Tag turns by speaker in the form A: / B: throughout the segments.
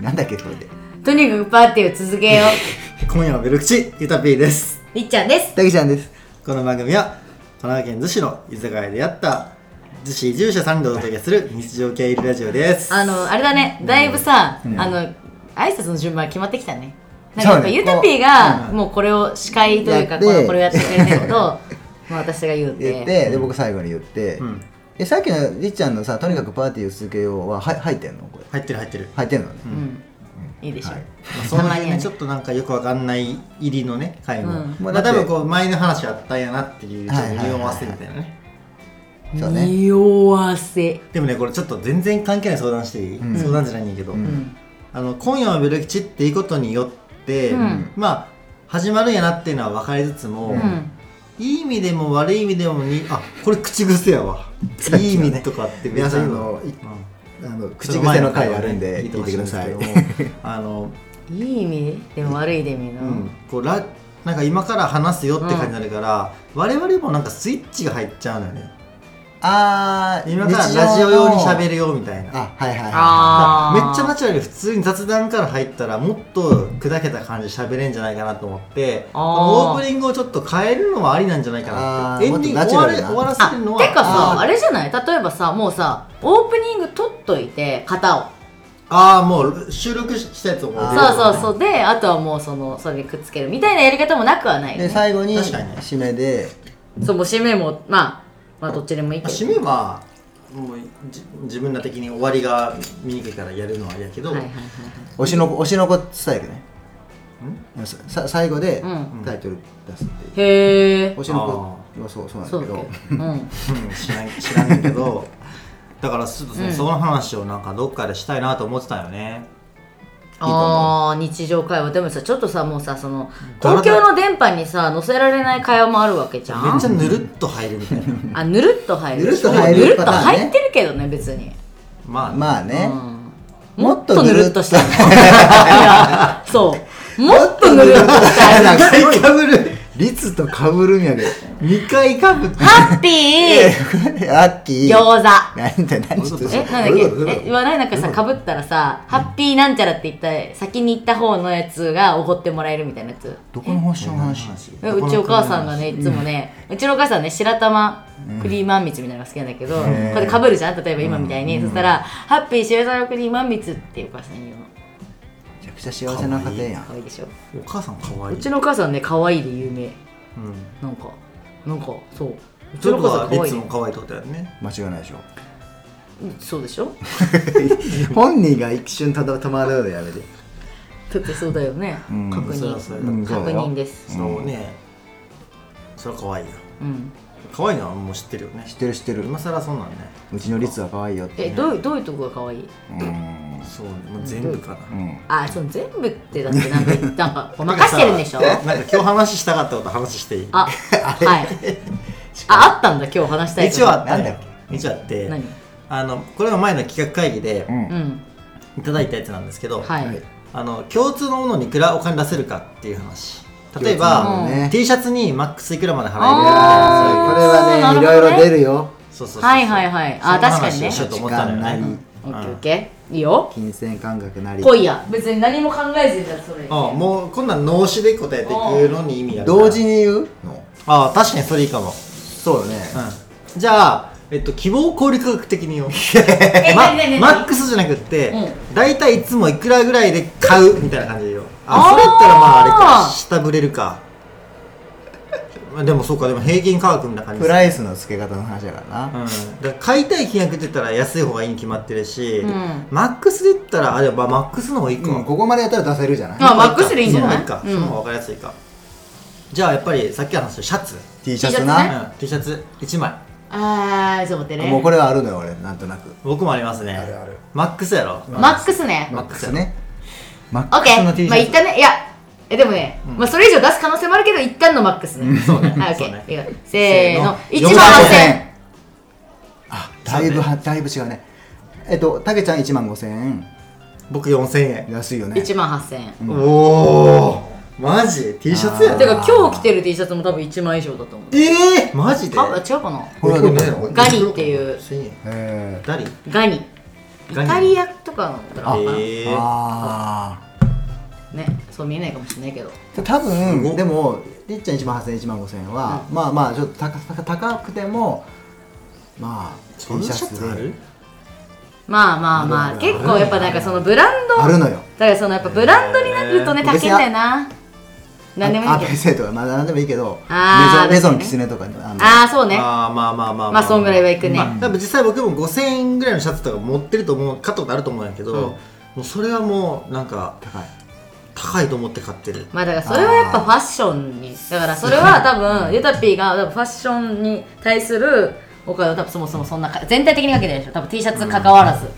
A: なんだっけこれで
B: とにかくパーティーを続けよ
A: 今夜はベルクチゆたぴーです
B: うりっちゃんです
A: たけちゃんですこの番組は神奈川県逗子の居酒屋でやった逗子移住者さんでお届けする日常系ラジオです
B: あのあれだねだいぶさ、
A: うん
B: あの挨拶の順番決まってきたねなんかやっ
A: そう
B: ぱ
A: ね
B: ゆたぴー
A: こ
B: が
A: う
B: もうこれを司会という
C: や
B: か
C: っ
B: こ
C: て
B: のこれをやってくれてる とまあ私が言う
C: 言っててで僕最後に言って、
A: うん
C: えさっきのりっちゃんのさ「とにかくパーティーを続けようは」は入ってんのこれ
A: 入ってる入ってる、
C: 入ってんのね、
B: うん、いいでしょう、
C: はい
A: まあ、その
B: たま
A: 辺
B: には
A: ね
B: ね
A: ちょっとなんかよくわかんない入りのね回も、
B: うん
A: まあ、
C: だって
A: 多分こう前の話あったんやなっていうちょっと
C: はいはいはい
A: 匂わせみたいなね
C: そうね
B: 匂わせ
A: でもねこれちょっと全然関係ない相談していい、
C: うん
A: 相談じゃないんだけど、
B: うん
A: あの今夜はベル吉っていうことによって、
B: うん
A: まあ始まるんやなっていうのは分かりつつも、
B: うん、
A: いい意味でも悪い意味でもにあこれ口癖やわいい意味とかって
C: 皆さんあの
A: 別に
C: あの口癖
A: 口癖
C: の
A: の
C: 回
A: 回
C: あ
A: あ
C: る
A: る
C: ん
A: ん
C: で聞
A: で聞
C: い
A: い
C: て
A: て
C: く
A: く
C: だ
A: だ
C: さ
A: さ
C: い
A: いあの、
B: いい意味でも悪い意味の、
A: うん、こうらなんか今から話すよって感じになるから、我々もなんかスイッチが入っちゃうのよね
C: あー
A: 今からラジオ用に喋
C: る
A: るよみたいな
C: あはいはいはい
B: あ
A: め
B: ー
A: っちゃナチュラルに普通に雑談から入ったらもっと砕けた感じで喋れんじゃないかなと思ってこ
B: あー
A: のオープニングをちょっと変えるのはありなんじゃないかなって
C: あー
A: エンディング
C: もっと
A: 終
C: ナチュラ
A: わ
C: ル
A: れ
C: な
A: 終わら
B: あ
A: せるのは
B: てかさ
C: あー
B: あれじゃない例えばさもうさオープニング取っといて型を
A: ああもう収録したやつをもう
C: あ
A: 出る
C: ー
B: そうそうそうであとはもうそのそれにくっつけるみたいなやり方もなくはないよ
C: で
B: ね
C: 最後に
A: 確かにね
C: 締めで
B: そうもう締めもまあまあどっちでもいい
A: ま
B: け
A: あ
B: ど
A: 締めはもうじ自分ら的に終わりが見にくいからやるのはあれやけど、
B: はいはいはい
C: 推しの子推しの子スタイルねささ最後で
B: うん
C: タイトル出すっていう、
B: へえ
C: 推しの子はそうそうなん
B: そ
C: だ
B: う
C: け
B: だっ
C: ど
B: けうん
A: うん知らん知らんけどだからちょっとね、
B: うん
A: その話をなんかどっかでしたいなと思ってたよね
B: ああ日常会話でもさちょっとさもうさその
A: だ
B: 公
A: らだら
B: 共の電波にさ載せられない会話もあるわけじゃ
A: めっちゃ
B: ん
A: ぬるっと入るみたいな
B: あぬるっと入る
C: ぬるっと入る
B: ぬるっと
C: パターンね
B: 入ってるけどね別に
A: まあ、
C: まあ
B: う
C: ね、
B: ん
C: も
B: も
C: っ
B: っ
C: と
B: と
C: ぬ
B: ぬ
C: る
B: る
C: っ
B: っ
C: と
B: と
C: し
B: したた
C: い
B: いやそうもっとぬる っとしたい
C: なんか
A: 2回かぶる
C: 率とかぶるんやで
A: 2回かぶって
B: ハッピ ー
C: ラッキー
B: 餃子
C: なんて何
A: そう
C: ち
A: そ
C: ょ
A: う
C: っ
A: そう
C: と
B: えなんだ
A: どういうことどういう
B: っ
A: こ
B: け
A: と
B: えはないなんかさかぶったらさハッピーなんちゃらって言った先に行った方のやつがおごってもらえるみたいなやつ
C: どこの星の話
B: えうちお母さんがねいつもね、うちのお母さんね白玉クリームあんみつみたいなのが好きなんだけど、
C: へー
B: これかぶるじゃん例えば今みたいに、そしたら「ハッピー白玉クリームあんみつ」っていうお母さんに言うの
C: めちゃくちゃ幸せな家庭やん
B: 可愛いでしょ
A: お母さんかわいうい
B: ちのお母さんね可愛いで有名
A: うん
B: なんかなんかそううち
A: ちょ
B: の
A: っ
B: お
A: と
B: 母さ
A: は
B: ん可愛い
A: 別
B: で
A: も可愛いってことだよね
C: 間違いないでしょ
B: うんそうでしょ
C: 本人が一瞬ただ戸惑うのやめて
B: だってそうだよね、
C: うん
B: 確
A: そ
B: 認
A: うそう
C: うんそう
B: 確認です
A: そうねそれは可愛いよ
B: うん
A: 可愛いのはもう知ってるよね
C: 知ってる知ってる
A: 今更そんなんね
C: うちの率は可愛いよって
B: えどういうどういうとこが可愛い
C: うん
A: そうもう全部かな
C: うん
B: あその全部ってだってなんかなんかごまかしてるん でしょ
A: なんか今日話したかったこと話していい
B: あはいああったんだ今日話したいこと
A: 一応あった
C: なんだ
A: ね
C: っ
A: 一応あって
B: 何
A: あのこれが前の企画会議で
C: うん
B: うん
A: いただいたやつなんですけど、
B: はい、
C: はい
A: あの共通のものにいくらお金出せるかっていう話例
C: 共
A: え
C: 通の
A: ば、
C: ものね
A: T シャツにマックスいくらまで払える
C: それ
B: あー
C: こ
A: か
C: れは
B: な
C: ね
B: る
C: い
B: ほどね
C: ろいろ出るよ
A: そうそうそうそう
B: はいはいはいあ
A: そんな
B: 確
A: 話
B: かにね
A: をしようと思ったのよ
C: 時間ない
A: ね
B: オッケーオッ
A: あ
B: ケーいいよ
C: 金銭感覚なり
B: 来いや別に何も考えずにだそれ
A: あもうこんなん脳死で答えていくのに意味あるから
C: 同時に言うの
A: ああ確かにそれいいかも、
C: そうだね
A: うん、じゃあえっと希望小売価格的 によ
B: え
A: ま
B: 何何何
A: マックスじゃなくって、
B: う
A: 大体いつもいくらぐらいで買うみたいな感じでよ
B: あー
A: あそれやったらまああれか下ぶれるか まあでもそうかでも平均価格みたいな感じ
C: プライスの付け方の話だからな
A: うんだから買いたい金額って言ったら安い方がいいに決まってるし、
B: うん
A: マックスで言ったらあればマックスの方がいいか、
C: うんここまでやったら出せるじゃない
B: あマックスでいいんじゃない
A: その方がいいか、
B: うん
A: その方が分かりやすいかじゃあやっぱりさっきの話したシャツ、
C: T シャツ
B: T シャ
C: な
A: うん、T シャツ1枚
B: あーちょっと待ってね
C: もうこれはあるのよ俺なんとなく
A: 僕もありますね
C: あるある
A: マックスやろ、
B: マックスね
C: マックスねマ
B: オ
C: ッ
B: ッ
C: ク
B: ケ
C: ス
B: ー
C: の T シ
B: まあ
C: ャ
B: 一
C: ツ
B: 旦ねいやえでもね、まあそれ以上出す可能性もあるけど一旦のマックスねそうねはいオッケ
A: そう
B: ー
A: ね
B: いいよせーの
A: せー
B: 1
A: の
B: 万8000
C: 8000あだいぶはだいぶ違うねえっとたけちゃん1万5000円
A: 僕4000円、
C: 安いよね
B: 1万8000円
A: おおマジ T シャツや
C: あー
B: てか今日着てる T シャツも多分1万以上だと思う
A: えー、マジで
B: あ違うかな
C: これはどこ
A: これね
B: ガリっていう
A: 1000円
C: え
A: ダリ
B: ガニイタリアとかのドラマかな、
A: えー
C: ああ
B: ねそう見えないかもしれないけど
C: 多
A: すごっ
C: 分でもりっちゃん1万8000円1万5000円は、
B: う
C: まあまあちょっと高高高くてもまあ
A: そんな
C: T
A: シャツある
B: まあまあま
C: あ
B: あ
C: るある
B: 結構やっぱなんかそのブランド
C: あるのよ
B: だからそのやっぱブランドになるとね
C: えー
B: 高いんだよな何でもいい
C: あ
B: けど
C: APC とかまあ何でもいいけど
B: あー
C: メゾンメゾン
B: 確かにね
C: キツネとかにあの
B: ああそうね
A: あーまあまあまあまあ
B: まあそんぐらいはいくね
A: まあ多分実際僕も5000円ぐらいのシャツとか持ってると思う買ったことあると思うんやけど、
B: うん
A: もうそれはもうなんか
C: 高い
A: 高いと思って買ってる
B: まあだからそれはやっぱファッションにだからそれは多分ゆたぴーが多分ファッションに対するお金は多分そもそもそんなか全体的にかけてるでしょ多分 T シャツ関わらず、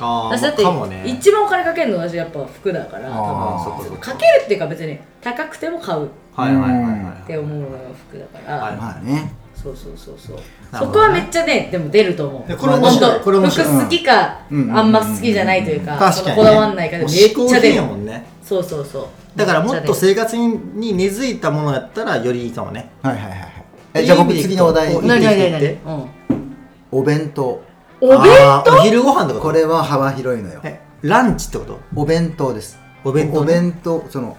A: あ
B: 私だっ
A: ー
B: て
A: かもね
B: 一番お金かけるのは私やっぱ服だから
C: あー
A: あーそ
B: 多
A: っかそっ
B: 分
A: か
B: かけるっていうか別に高くても買うっ
A: はいはいはいはい
B: て思うのが服だから、
A: はい
C: まあね
B: そうそうそうそう、
A: なる
B: そ
A: ほ
B: こ
A: ど
B: は
A: ね
B: めっちゃねでも出ると思う
A: いやこれ
C: 面白い
B: 本当
A: これ面白い
B: 服好きか、
C: うん
B: あんま好きじゃないというか,、
A: 確かに、ね、
B: こだわんないからめ
A: も
B: っ
A: う
B: ち
A: 思考
B: ゃ出
A: 品
B: る
A: やもんね
B: そうそうそう
A: だからもっ
B: めちゃ
A: と
B: 出る
A: 生活に根付いたものやったらよりいいかもね
C: はいはいはいはいえじゃあ僕次のお題
A: いい意味で
B: 何何何
A: 言っ
B: 何
A: て
B: うん
C: お弁当
B: お弁
A: あーお昼ご飯とか
C: これは幅広いのよ
A: えランチってこと
C: お弁当です
A: お弁当
C: お
A: ね
C: 弁当その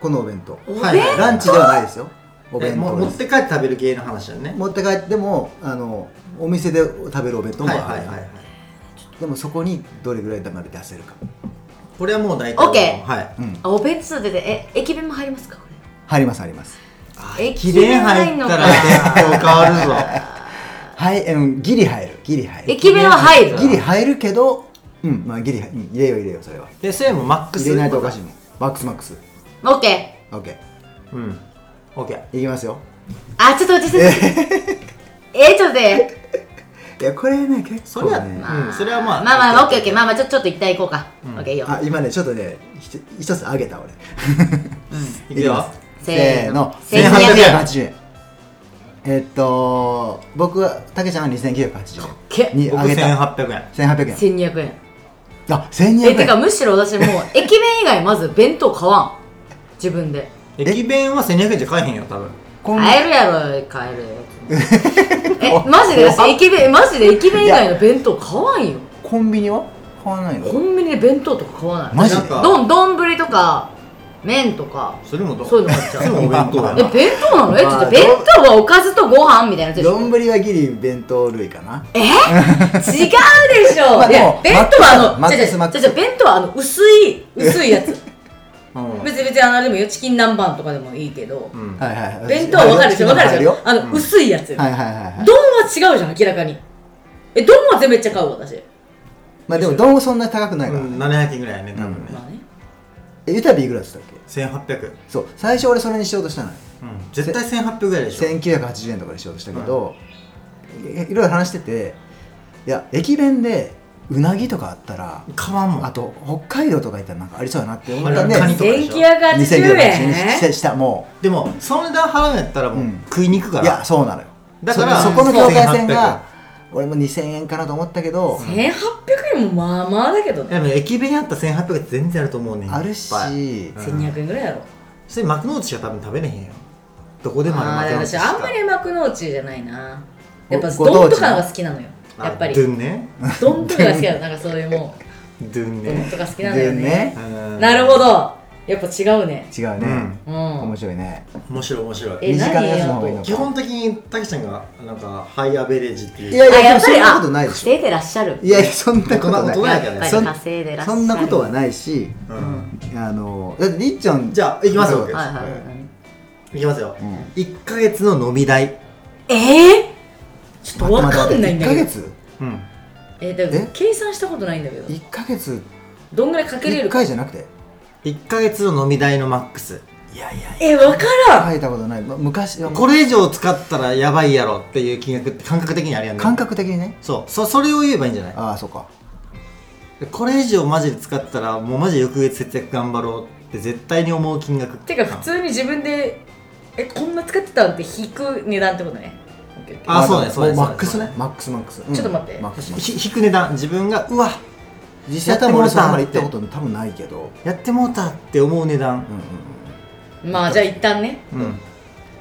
C: このお弁当
B: お
A: はいはい
C: ランチではないですよお
A: え
C: 弁
A: も
C: 当
A: 持
C: で
A: っ
C: す
A: て帰って食べる系の話だよね
C: 持って帰ってもあのお店で食べるお弁当も
A: はい
C: あ
A: は
C: る
A: いはいはい
C: でもそこにどれぐらいまで出せるか
A: これはもう大体
B: オッケー
A: はい
C: うん
B: あお弁当でてえ駅弁も入りますかこ
C: 入ります入ります
B: れ
A: 綺麗入ったら結構変わるぞ
C: はい、うん、ギリ入るギリ入る
B: 駅弁は入る
C: ギリ入るけどうんまあギリ入うん入れよう入れようそれは
A: で1000円もマックス
C: 入れないとおかしいもんマックスマックス
B: オッケー
C: オッケ
A: うん OK
C: ーいきますよ
B: あちょっと落ち着いてえちょっとで
C: いやこれね結
A: それ
C: 構
A: は、
C: ね
A: うん、それはまあ
B: まあまあオッケーオッケーまあまあちょちょっと一旦行こうか、オッケーいいよ
C: あ今ねちょっとねひ一つ上げた俺
A: いくよ
B: せーの
C: せーの
A: 1880
C: 1880円えっと僕はたけちゃんは2980円
B: け
C: に
A: 僕
C: 上げた
A: 1800円
C: 1800円
B: 1200円
C: あ1200円
B: えてかむしろ私もう駅弁以外まず弁当買わん自分で
A: 駅弁は1200円じゃ買えへんよ多分
C: こん
B: 買えるやろ買える よえマジで私駅弁マジで駅弁以外の弁当買わんよ
C: コンビニは買わない
B: コ
C: の
B: ンビニで弁当とか買わない
C: マジ
A: な
C: で
A: んか
B: どん丼ぶりとか麺とか
A: それもど
B: そういうの買っちゃう
A: それもお弁当や
B: え
A: な
B: 弁当なのえちょっと弁当はおかずとご飯みたいなやつでしょ
C: 丼はギリ弁当類かな
B: え違うでしょ、
C: まあ
B: い
C: でも
B: や弁当はあ
C: マ
B: の
C: ッ
B: じ
C: ク
B: ゃじ
C: ス
B: ゃ
C: マック
B: じ
C: ス
B: ゃじゃ弁当はあの薄い薄いやつ
A: うん
B: 別に別にあのあれでもいいよチキン南蛮とかでもいいけど、
A: うん
C: はいはいはい
B: 弁当わかるでしょわかるでし
C: よ
B: ょあの、薄いやつよ
C: はいはいはいはい
B: 丼は違うじゃん明らかにえ丼は全部めっちゃ買うわ私
C: まあでも丼はそんなに高くないから
A: うん700円ぐらいやね多分ね
B: まあね
C: えゆたびいくらだったっけ
A: 1800
C: そう最初俺それにしようとしたのよ
A: うん絶対1800ぐらいでしょ
C: 1980円とかにしようとしたけど、いいろいろ話してていや駅弁でうなぎとかあったら
A: 買わんもん
C: あと北海道とか行ったらなんかありそうだなって思ったんで
A: あれカニとかでしょ
B: 1980
C: 2980円にし
B: 円
C: てしたも
A: でもその値段払うんやったらもう
C: うん
A: 食いに行くか
C: ういや
A: ら、
C: そうなのよ
A: だから
C: そそこの境界線
A: 1800
C: が俺も2000円かなと思ったけど
B: 1800円もまあまあだけど
A: で
B: ね
A: も駅弁やったら1800円全然あると思うねん
C: ある
A: いっ
C: し
A: ぱい
B: 1200円ぐらいやろ
A: それ幕の内しか多分食べれへんよどこでも
B: あ
A: あ
B: あー
A: る幕の内
B: 私
A: し
B: あ
A: か
B: んまり幕の内じゃないなやっぱ
C: ごご当
B: 丼
C: 地
B: とかのが好きなのよやっぱり
A: ドゥンね
B: 丼とかが好きなのなんかそういうも
A: ドゥン
B: う丼
A: ね
B: とか好きなのよ
C: で
B: ね
C: ね
A: うん
B: なるほどやっぱ違うね
C: 違うね、
A: う
B: うん
C: 面白いね
A: 面白い面白い
B: え
C: 身近なやつの方がいいの
A: 基本的にたけちゃんがなんかハイアベレージっていう
C: いやい
B: あ
C: やで
B: や
C: も
B: っぱ
C: そん
B: り
C: な
B: あ
C: ことないでしょ
B: 稼いでらっしゃる
C: いやいやそんなことない
A: 大人やからね
B: やっぱり
C: そん
B: 稼いでらっしゃ
C: そ
B: る
C: んなことはないし
A: う
B: うんん
C: あのだってりっちゃん
A: じゃあいきますよ
C: うん
B: はいはいはい
A: いきますよ
C: うん
A: 1ヶ月の飲み代
B: ええちょっとわかんないんだ
C: 1ヶ
B: けど
C: 月
A: うん
B: えだから
C: え
B: 計算したことないんだけど
C: 1ヶ月
B: どんぐらいかけれ
C: 1
B: るか
C: 回じゃなくて
A: 1ヶ月の飲み代のマックス
C: いやいや
B: えわからん
C: 書いたことないま昔
A: これ以上使ったらやばいやろっていう金額って感覚的にあるやんね
C: 感覚的にね
A: そうそそれを言えばいいんじゃない
C: ああそうか
A: これ以上マジで使ったらもうマジで翌月節約頑張ろうって絶対に思う金額
B: てか普通に自分でえこんな使ってたんって引く値段ってことねオッケーオッケー
A: あそうね
C: ま
A: そうね
C: マ
A: そう
C: ッ
A: ね
C: クス
A: そう
C: ね
A: ね
C: マックスマックスち
B: ちょっと待って
C: マックスマックス
A: ひ引く値段自分がうわ
C: 実際多分俺そこまで行ったこと多分ないけど
A: やってもうたって思う値段
C: うんうん
B: まあじゃあ一旦ね
A: うん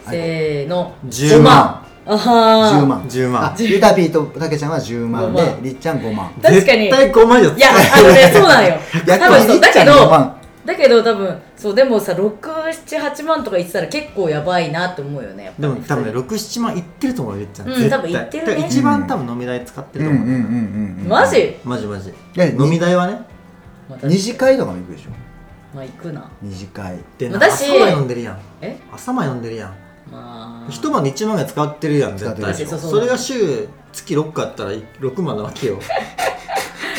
B: せーの
A: 10万
B: あは
C: 10万
A: 10万
C: あゆたぴーとたけちゃんは10万
B: 5
C: で
B: 万
C: りっちゃん5万
B: 確かに
A: 絶対5万じゃ
B: いやあのねそう なんよ
C: 逆
B: 多分
C: に
B: そ
C: り
B: う
C: っ
B: だ
C: ちゃ
B: け
C: ん5
B: ど
C: 万
B: だけど多分そうでもさ678万とか言ってたら結構やばいなって思うよねやっぱ
A: でも多分ね67万いってると思うよりっちゃん、
B: うん
A: 絶対
B: 多分いってるね
A: だから一番多分飲み代使って
C: うん
A: る
C: う
A: と
C: んう
A: 思う、
C: んうんうん
B: マジ、
A: マジマジ
C: や
A: 飲み代はね
B: まあ、
C: 二次会とかも行くでしょ
B: まあ行くな
C: 二次会
A: でな
B: 私
A: 朝まで飲んでるやん
B: え
A: 朝まで飲んでるやん
B: まあ
A: 一晩で1万円使ってるやん絶
C: 使っ
A: 対
C: て
B: るそうそう
A: それが週月6個あったら6万なわけよ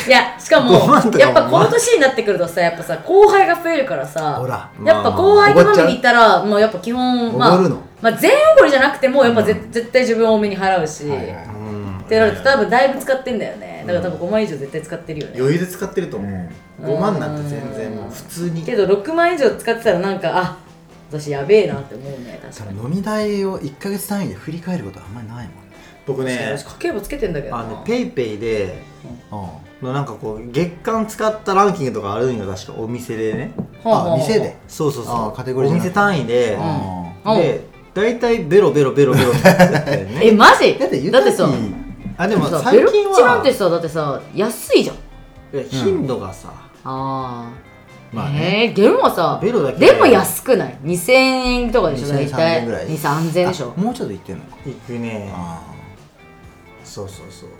B: いやしか
A: ご
B: も
A: まんとか
B: やっぱ
A: お
B: こ
A: 前
B: の年になってくるとさやっぱさ後輩が増えるからさ
C: ほら
B: やっぱ後輩と飲みに行ったらもうやっぱ基本ま
C: お
B: あ
C: ごるの
B: まあ、全おごりじゃなくてもやっぱぜ、
C: う
B: 絶対自分多めに払うし、
C: はいはい
A: うん
B: ってなると多分だいぶ使ってんだよねだから多分5万以上絶対使ってるよね、
A: 余裕で使ってると思う、
B: うん
A: 5万なんて全然もう普通に
B: けど6万以上使ってたらなんかあ私やべえなって思うね確
C: そ
B: か
C: の飲
B: に
C: み代を1か月単位で振り返ることはあんまりないもんね
A: 僕ね
B: 私家計簿つけてんだけど
A: あ
B: な
A: のペイペイで
C: あ
A: のなんかこう月間使ったランキングとかあるんよ確かお店でね
B: はあはあ
C: 店で
A: そうそう
C: あ
A: そ
C: ー
A: う
C: カテゴリー
A: お
C: じゃな
A: 店
C: くて
A: 単位で、
C: あ
B: うん
A: で大体ベロベロベロベロってやってたよ
B: え
A: ね
B: マジ
C: ーだって言
B: だ
C: っ
B: ってて
C: さ
B: さ
A: あで
B: でも
A: も
B: さ
A: 最
B: ベロ
A: 近
B: ッチなんて
A: は
B: さだってさ安いじゃん
A: いや頻度がさ、
B: あー、
C: まあね
B: えー、でもさ
A: ベロだけ
B: でも安くない2000円とかでしょ大
C: 2000円
B: 体
C: ぐらい
B: 2000円でしょ
C: あもうちょっと行ってんのか
A: 行くね
C: あ
A: そうそうそう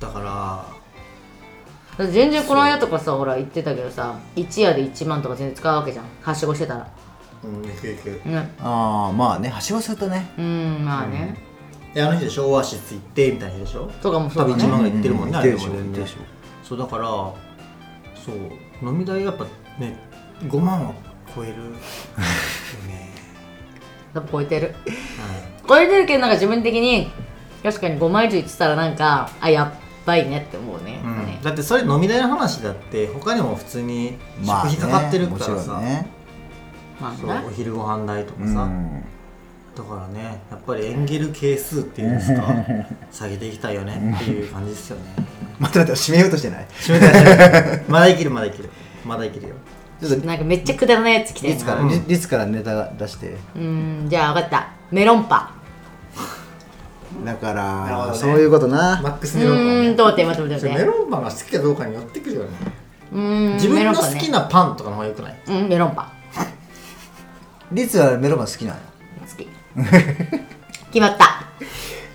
A: だから
B: だって全然この間とかさほら言ってたけどさ一夜で1万とか全然使うわけじゃんはしごしてたら
A: うん行く行く
B: ね
C: ーあーまあねはしごするとね
B: うんまあね、
A: えあの日でしょオアシス行ってみたいな日でしょ
B: とかも
A: 多
B: そう
A: 分
B: だ
A: 1
B: ね
A: 万が行ってるもんね、
C: うん
A: あ
C: うん
A: れ
C: うん
A: も
C: 行
A: 全
C: ってる
A: 然
C: でしょ行って
A: そうだからそう飲み代やっぱね5万は超えるよ ね
B: 多分超えてる
A: はい
B: 超えてるけどなんか自分的に確かに5枚以上言ってたらなんかあやっばいねって思うね,、
A: うん
B: ね
A: だってそれ飲み代の話だって他にも普通に食
C: まあ
A: 費
C: ね
A: かかってるから
C: もち
A: さ、
C: ろんね
B: まあ
A: そう
B: な
A: お昼ご飯代とか
C: う
A: さ、
C: ん
A: だからねやっぱりエンゲル係数っていうんですか 下げていきたいよねっていう感じですよね
C: 待って待って締めようとしてない
A: 締めてらっしゃるまだ生きるまだ生きるまだ生きるよ
C: ちょっと
B: なんかめっちゃくだらないやつ来て
C: リ
B: る
C: ツ
B: な
C: から、
A: うん
C: リリツからネタ出して
B: うんじゃあ分かったメロンパ
C: だか
A: るほど
C: ら
A: ね
C: そういうことな、
A: ック
B: うーんと待って待って待って待
A: メ
B: って
A: ロンパンが好きかどうかによってくるよね
B: うーん
A: 自分
B: メロ
A: の
B: ンパ
A: 好
B: ね
A: きなパンとかの方がよくない
B: うんメロンパ
C: リツはメロンパン好きなの
B: 好き 決まった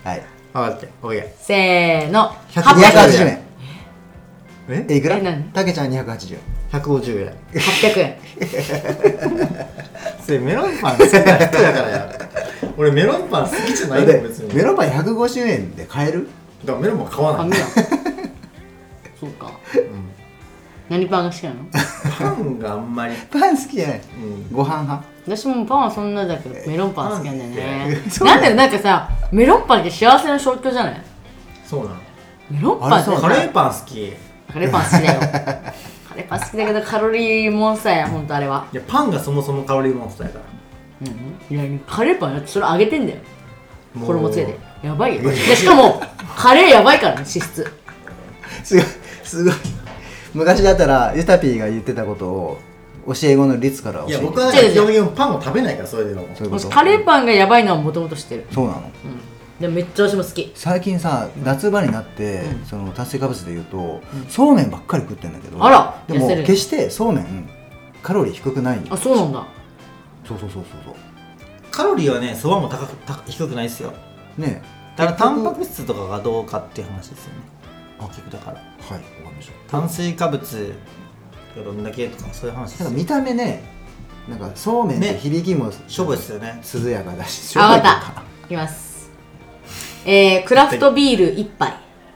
C: はい
A: 分かって OK
B: せーの
C: 280円
A: え
C: えいくら
B: え何
C: たけちゃん280円
A: 150円
B: 800円
A: それメロンパン好きな人だからや 俺メロンパン好きじゃないの
C: で
A: 別に
C: メロンパン150円で買える
A: だからメロンパン買わ
B: あ
A: な
B: 見
A: い
B: ろ そうか
A: ん
B: 何パンが好きなの
A: パンがあんまり
C: パン好きじゃない、
A: うん
C: ご飯派
B: 私もパンはそんなだけどメロンパン好きなんだよ
A: パン
B: ね
A: 好き
B: なんだよなんかさメロンパンって幸せの象徴じゃない
A: そうなの
B: メロンパンって
C: あれそう
A: カレーパン好きい
B: カレーパン好きだよカレーパン好きだけどカロリーもんさやほんとあれは
A: やパンがそもそもカロリーモンスターやから
B: うんいやカレーパンそれ揚げてんだよ
A: もう
B: 衣ついてやばいよでしかもカレーやばいからね脂質
C: すごいすごい昔だったらゆたぴーが言ってたことを教え子のリツから教
A: い
C: え
A: や
C: て
A: 僕は
B: 違う違う
A: 基本的にパンを食べないからそれでも
C: そういうこと
B: 私カレーパンがやばいのはもともと知ってる
C: そうなの
B: うんでもめっちゃ私も好き
C: 最近さ夏場になって、その炭水化物でいうと、そうめんばっかり食ってんだけど
B: あら
C: でも
B: 痩せる
C: 決してそうめんカロリー低くないんよ
B: あそうなんだ
C: そうそうそうそうそ
A: カロリーはねそばも高く高低くないですよ
C: うね
A: だから
C: 結
A: タ
C: 局
A: ンパク質とかがどうかっていう話ですよね結局だから
C: はいわかりました
A: 炭水化物がどんだけとかそういう話で
C: なん
A: す
C: か
A: よ
C: 見た目ねなんかそうめんって
A: ね
C: 響きも
A: しょぼいですよね
C: 涼やかだし
B: あわか
C: しょぼ
B: っ
C: いと
B: た
C: いう
B: いきますえー、クラフトビール1杯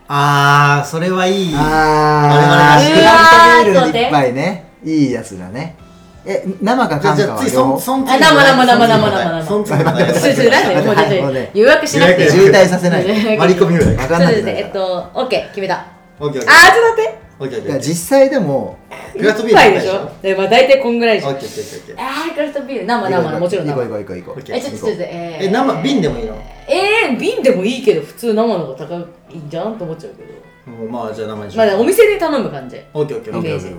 A: あーそれはいい
C: あークラフトビ
B: あれあれ
C: ール一杯ねいいやつだねえ生か
A: じゃ
C: 缶
A: あじ
C: か
A: ゃあ
C: は
A: 次
C: 両
A: そん
C: 方
A: そん
B: あ
A: 次
B: 生生生生生生
A: そん次の話題
B: ちょちょなんでもうちょ
C: も
B: っ
C: うね
B: と誘惑しなくて
A: 予
C: 渋
A: 約
C: 滞させない
B: ちょ
A: 割り込みぐらい
C: わ
B: ちょ
C: か
B: っ
C: んな
B: と待
C: く
B: って
C: な
B: え
C: る
B: っ
C: から
B: と OK 決めたあ
A: オッケー
B: ーちょっ
A: オッケ
B: と
A: ー
B: 待って
A: オッケー
C: いや
A: オッケー
C: 実際でも
A: クラフトビ
B: 一
A: ール
B: 杯
A: で
B: でし
A: しょ
B: ょでまあ大体こんぐらいでし
A: オ
B: ょ
A: ッケーオッケーオッケーオッケー
B: あークラフトビール生生もちろん
C: 行こう
B: 生
C: 行こう行こう行こう
A: オッケー
B: えちょっとちょっとえー
A: え生瓶でもいいの
B: えー、瓶でもいいけど普通生の方が高いんじゃんと思っちゃうけど
A: もうまあじゃあ生にし
B: ま
A: よう
B: あお店で頼む感じ
A: オッケーオッケーオッケー
B: イメージ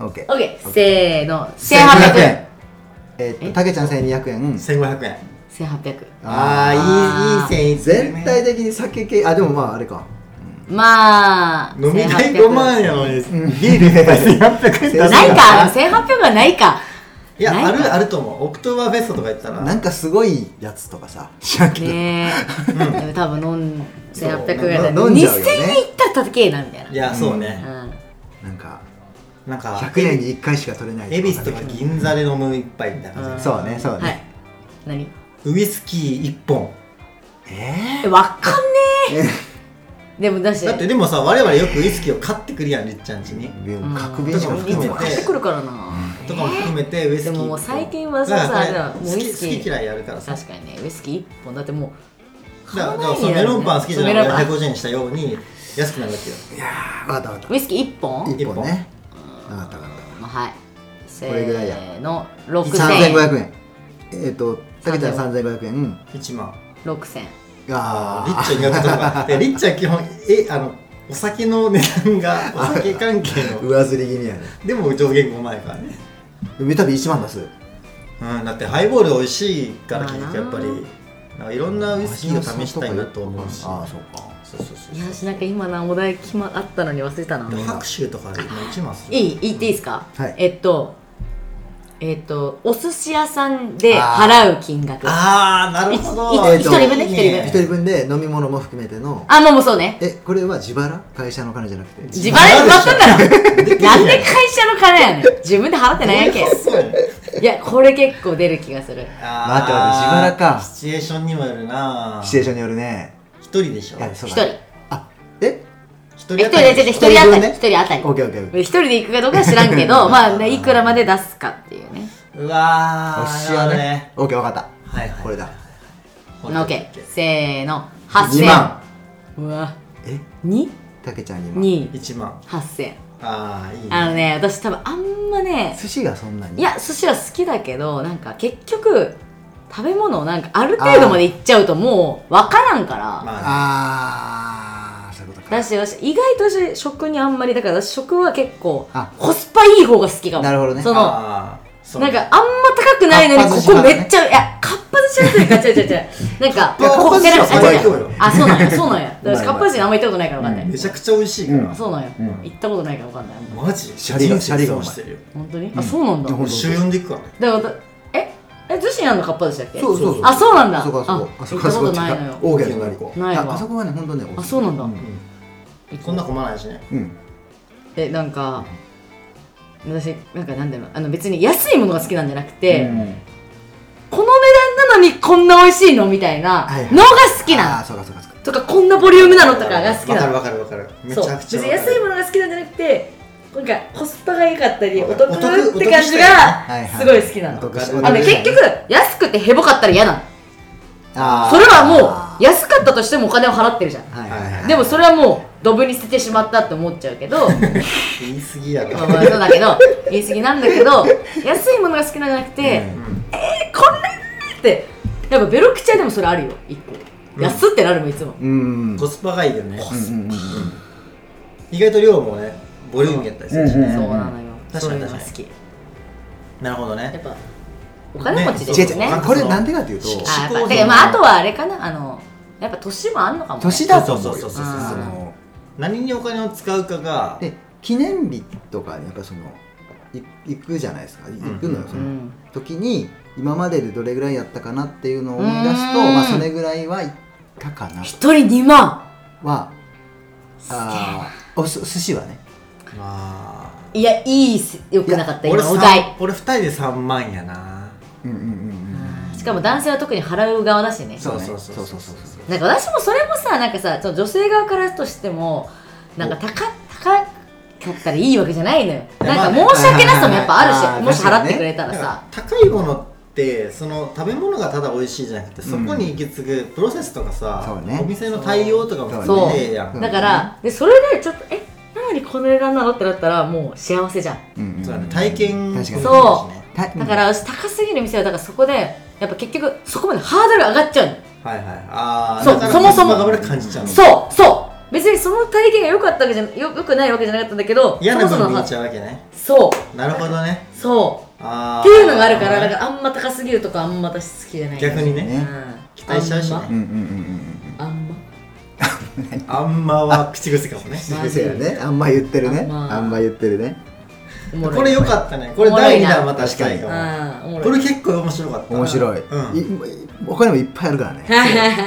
C: OK
B: OK せーの
C: 1500
B: 1800円
C: 円えっとたけちゃん1200円
A: 1500円
B: 1800
A: ああいいいい線いってるね
C: 全体的に酒系あでもまああれか
B: まあ
A: 飲み代
B: 1800
A: 5万やのにビール1杯1800円出す
B: ない
A: ら
B: か1800はないか
A: いや
B: ないか
A: あるあると思うオクトーバーフェストとか言ったら
C: なんかすごいやつとかさ知らんけど、
B: ねえ、でも多分飲ん
A: そう
B: 1800ぐらいだ
C: 飲んじゃうよ
B: 2000
C: ね
B: 円いったら叩けえなみたいない
A: やそうね、
B: う ん
C: なんか
A: なんか
C: 100年に1回しか取れない
A: 恵比寿とか銀座で飲む一杯みたいな感じ、
C: そうねそうね、
B: はい何
A: ウイスキー1本
C: え
B: えわかんね
C: え
B: えでもだし
A: だってでもさ我々よくウイスキーを買ってくるやんりっちゃんちに
C: で
B: うん
C: も角瓶しか含め
B: いつも
A: て
B: 買ってくるからな
A: とかも含めてウイスキー
B: で
A: 1本
B: ももう最近はさ
A: だからこれ
B: さもうウ
A: 好
B: イ
A: き
B: スキー
A: 好き嫌いやるからさ
B: 確かにねウイスキー一本だってもう
A: だ
B: 買
A: か
B: わ
A: ら
B: な
A: だから
B: い
A: そのメロンパン好きじゃない
B: メロン
A: から
B: パン
A: 150円したように安くなるわけよ
C: いやーわかったわかっ
B: ウイスキー一本
C: た一
A: 本
C: 本ねなかったわかっ
B: まあはいせ
C: これぐらいや
B: ーの
C: た
B: 6000円
C: 3500円えっ、とたけちゃん3500円
A: 1万
B: 6000
C: あ
A: りっ
C: あ
A: ちゃん苦手とかでりっちゃん基本えあのお酒の値段 がお酒関係 の
C: 上ずり気味やね
A: でも上限5万円からね
C: 梅旅1万出す
A: うん、だってハイボール美味しいから結局やっぱり
B: まあな
A: なんかいろんなウイスキーを試したいなと思うし
C: ああそうか
A: そうそうそう
B: いやしなんか今なお題決まあったのに忘れたな
A: で白州とかで今1万する
B: いい言っていいですか、
C: はい
B: えっとえっとお寿司屋さんで
C: あ
B: 払う金額あ
A: ああなるほど
B: いい一人分ね
A: いい
B: え
C: 一人分で飲み物も含めての
B: もうもうそ うね
C: えこれは自腹会社の金じゃなくて
B: 自腹で決まったんだ
A: で
B: ろ
A: きるや
B: なんんで会社の金やねん自分で払ってない やんけ
A: そうやね
B: いやこれ結構出る気がする
A: あー
C: 待って待って自腹か
A: シチュエーションにもよるな
C: シチュエーションによるね
A: 一人でしょ
C: いやそ
B: 一
C: う
B: 人
C: だねあえ
A: 一
B: え
A: 人
B: 一人
A: 当たり
B: で一人当た
C: 一
B: り
C: 人分ね
B: 一人当たり
C: オッケーオッケーオッケー
B: 一人で行くかどうかは知らん けどまあねいくらまで出すかっていうね
A: うわ
C: お
A: ー
C: 寿司屋
A: なるほど
C: ねオッケーわかった
A: はいはい
C: これだ
B: オ
A: オッ
B: ッ
A: ケー
B: ケ
A: オッケ
B: ーせーの8000
C: 2万
B: うわ
C: えたけちゃん2万
A: ー1万
B: 28000
A: ああいいね
B: あのね私多分あんまね
C: 寿司がそんなに
B: いや寿司は好きだけどなんか結局食べ物をなんかある程度までいっちゃうともう分からんから、
A: まあ
C: ああそういうことか
B: だし私意外と私食にあんまりだから私食は結構
C: あ
B: コスパいい方が好きかも
C: なるほどね
B: その
A: あーそう
B: なんかあんま高くないのに
C: かっぱ
B: こ
C: 寿司
B: こ
C: 派ね
B: めっちゃ、いやかっぱ寿司屋というか違う違う違うなんか
A: いやかっぱ寿司は
B: ここ
A: それは
B: あ違う違う
A: 行こうよ
B: あそうなんやそう なんやだから
C: ま
B: 私か
C: あまあ
B: っぱ寿司にあんま行ったことないから分かんない、
A: めちゃくちゃ美味しいから
B: そうなんや、
C: うん
B: 行ったことないから分かんない
A: マジ
C: シャリが
A: 人生
C: シャリがうまい
A: 損してるよ
B: 本当に、あそうなんだ
C: いやほん
A: 週4でいくからね
B: だからええ女子にあんのかっぱ寿司だっけ
C: そうそうそう
B: あそうなんだ
C: そこあそこ
B: あ
C: あそこあそ
B: 行
C: こ
B: ったことないのよ
C: 大家の隣
B: ないわ
C: ああそこはね本当ね
B: あそうなんだ
C: うん
A: そんな混まないしね
C: うん
B: えなんか私なんかなんだろうあの別に安いものが好きなんじゃなくて、
C: うん
B: この値段なのにこんな美味しいのみたいな
C: はいはい
B: のが好きな
C: あ
B: の
C: あそうかそうかそうか
B: とかこんなボリュームなのとかが好きなの
A: わかるわかるわかるめち
B: そう
A: ゃくちゃ
B: 別に安いも
A: の
B: のが好きなんじゃなくてなんかコスパが良かったり
A: わ
B: お
A: かる
B: 得
A: お得
B: って
A: お得
B: 感
A: し
B: じ
A: たいよね
C: はい
B: が
C: はい
B: すごい好きなの、
C: お得し
A: あ
B: あの結局安くてヘボかったら嫌なの
C: あー
B: それはもう安かったとしてもお金を払ってるじゃん
C: はいはいはい
B: でもそれはもうドブに捨ててしまったって思っちゃうけど
A: 言い過ぎやろ
B: まあまあそうだけど言い過ぎなんだけど安いものが好きなんじゃなくて、
C: うん
A: うん
B: こんなにってやっぱベロクチャでもそれあるよ一個、
A: うん
B: 安ってなるもんいつも
C: うんうん
A: コスパがいいよね
C: うんうんうん
A: 意外と量もねボリュームやったりするし
C: うん
B: そう
A: ね
B: なのよ
A: 確
B: そう
A: か
B: い
A: に
B: うの
A: 確
B: が
A: かに
B: 好き
A: なるほど
B: やっ
A: ね
B: ぱお金持ちで
C: 違う
B: す
C: 違う
B: ね
A: ね
C: これなんでかっていうと
A: し
B: あやっ
A: 思考
B: ぱ
A: が
B: でまああとはあれかなあのやっぱ年もあんのかも、ね、
C: 年だと思うよ
A: そうそ
B: そ
A: う
B: うそう
C: あ
B: うん
C: の
A: 何にお金を使うかが
C: で記念日とかやっぱそのい行くじゃないですか行くのよ
A: うん
C: そうの
B: ん
C: 時に今まででどれぐらいやったかなっていうのを思い出すと
B: うん
C: まあそれぐらいは行ったかな
B: 一人2万
C: はあーおす寿司はね
A: まあ
B: いやいいすよくなかった今
A: 俺
B: お
A: 三
B: 題
A: 俺2人で3万やな
C: うんうんうん
B: しかも男性は特に払う側だしね
C: そうね
A: そうそうそう
C: そうそうそう
B: なんか私もそれもさなんかさその女性側からとしてもなんか高高かったらいいわけじゃないのよ
A: いや
B: なん
A: まあ
B: か
A: ね
B: 申し訳なさもやっぱあ
C: あ
B: る
C: ーあ
B: し
C: ー
B: もし
C: 確かに
B: 払っ
C: ね
B: てくれたら
A: だから
B: さ
A: 高いものってその食べ物がただ美味しいじゃなくてそこに行き継ぐプロセスとかさ
C: そうね
A: お店の対応とかも
B: そう
A: 含めてやん
C: うん
B: だからでそれでちょっとえなのにこの値段なのってなったらもう幸せじゃん
C: うんうん
A: そうだね体験
C: 確かに
B: そ
C: た
B: だから私高すぎる店はだからそこでやっぱ結局そこまでハードル上がっちゃうの
A: はいはいああ
B: そうそもそも
A: が俺感じちゃうの
B: そうそう別にその体験が良かったわけじゃよよくないわけじゃなかったんだけど
A: 嫌な部
B: そも
A: 分
B: そ
A: 見
B: も
A: ちゃうわけね
B: そう
A: なるほどね
B: そう
A: あー
B: っていうのがあるからなんかあんま高すぎるとかあんま私好きじゃない
A: 逆にね
B: うん
A: 期待しちゃうしね
C: うんうんうんうん
B: あんま
A: あんまは口癖かもね
C: うん癖やねあんま言ってるね
B: あんま
C: あんま言ってるね
B: あんま
A: これ良かったねこれ
B: おもろ
A: 第
B: い
A: 2
B: な
A: 弾またしたいよ
B: うんおもろい
A: これ結構面白かった
C: 面白い、
A: うん
C: い他にもいっぱいあるからね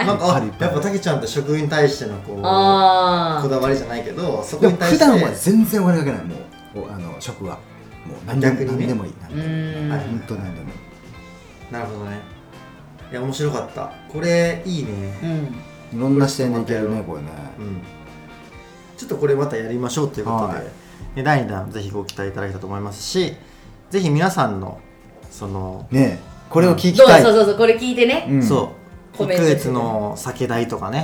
A: なんかあ
C: いっぱいいっぱい
A: やっぱたけちゃんって食に対してのこうこ
B: あ
A: だわりじゃないけどそこ
C: で
A: に
C: も
A: 対し
C: 普
A: て
C: 段は全然お金かけないもうおあの食はもう何でも
A: 逆に
C: 何
A: ね
C: でもいい何
B: あう
C: でもいい
B: ん
A: はい
C: 本当何でもいい
A: なるほどねいや面白かったこれいいね
B: うん
C: いろんな視点でいけるねこれね
A: うんちょっとこれまたやりましょうということで、
C: はい
A: ね第2弾ぜひご期待いただけたと思いますしぜひ皆さんのその、
C: ねえこれを聞き
B: どう
C: た
B: ぞ
C: い
B: そうそうそうこれ聞いてね
C: うん
A: そう
B: コ
A: 1
B: メン
A: ヶ
B: ト
A: 月の酒代と かね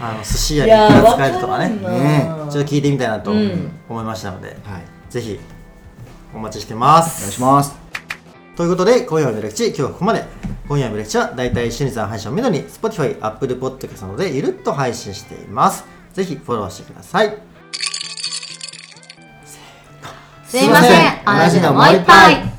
A: あの寿司屋
B: い
A: に
B: や
A: い
B: ー
A: くら
B: わ
A: 使
B: か
A: えるとかね
B: るな
C: ね
A: ちょっと聞いてみたいなと
B: うん
A: 思いましたので、
C: はい
A: ぜひお待ちしてます
C: お願いします
A: ということで、今夜のミレクチ、今日はここまで。今夜のミレクチは、だいたい週に3配信をめどに、Spotify、Apple Podcast などでゆるっと配信しています。ぜひフォローしてください。
B: すいません同じのもう一杯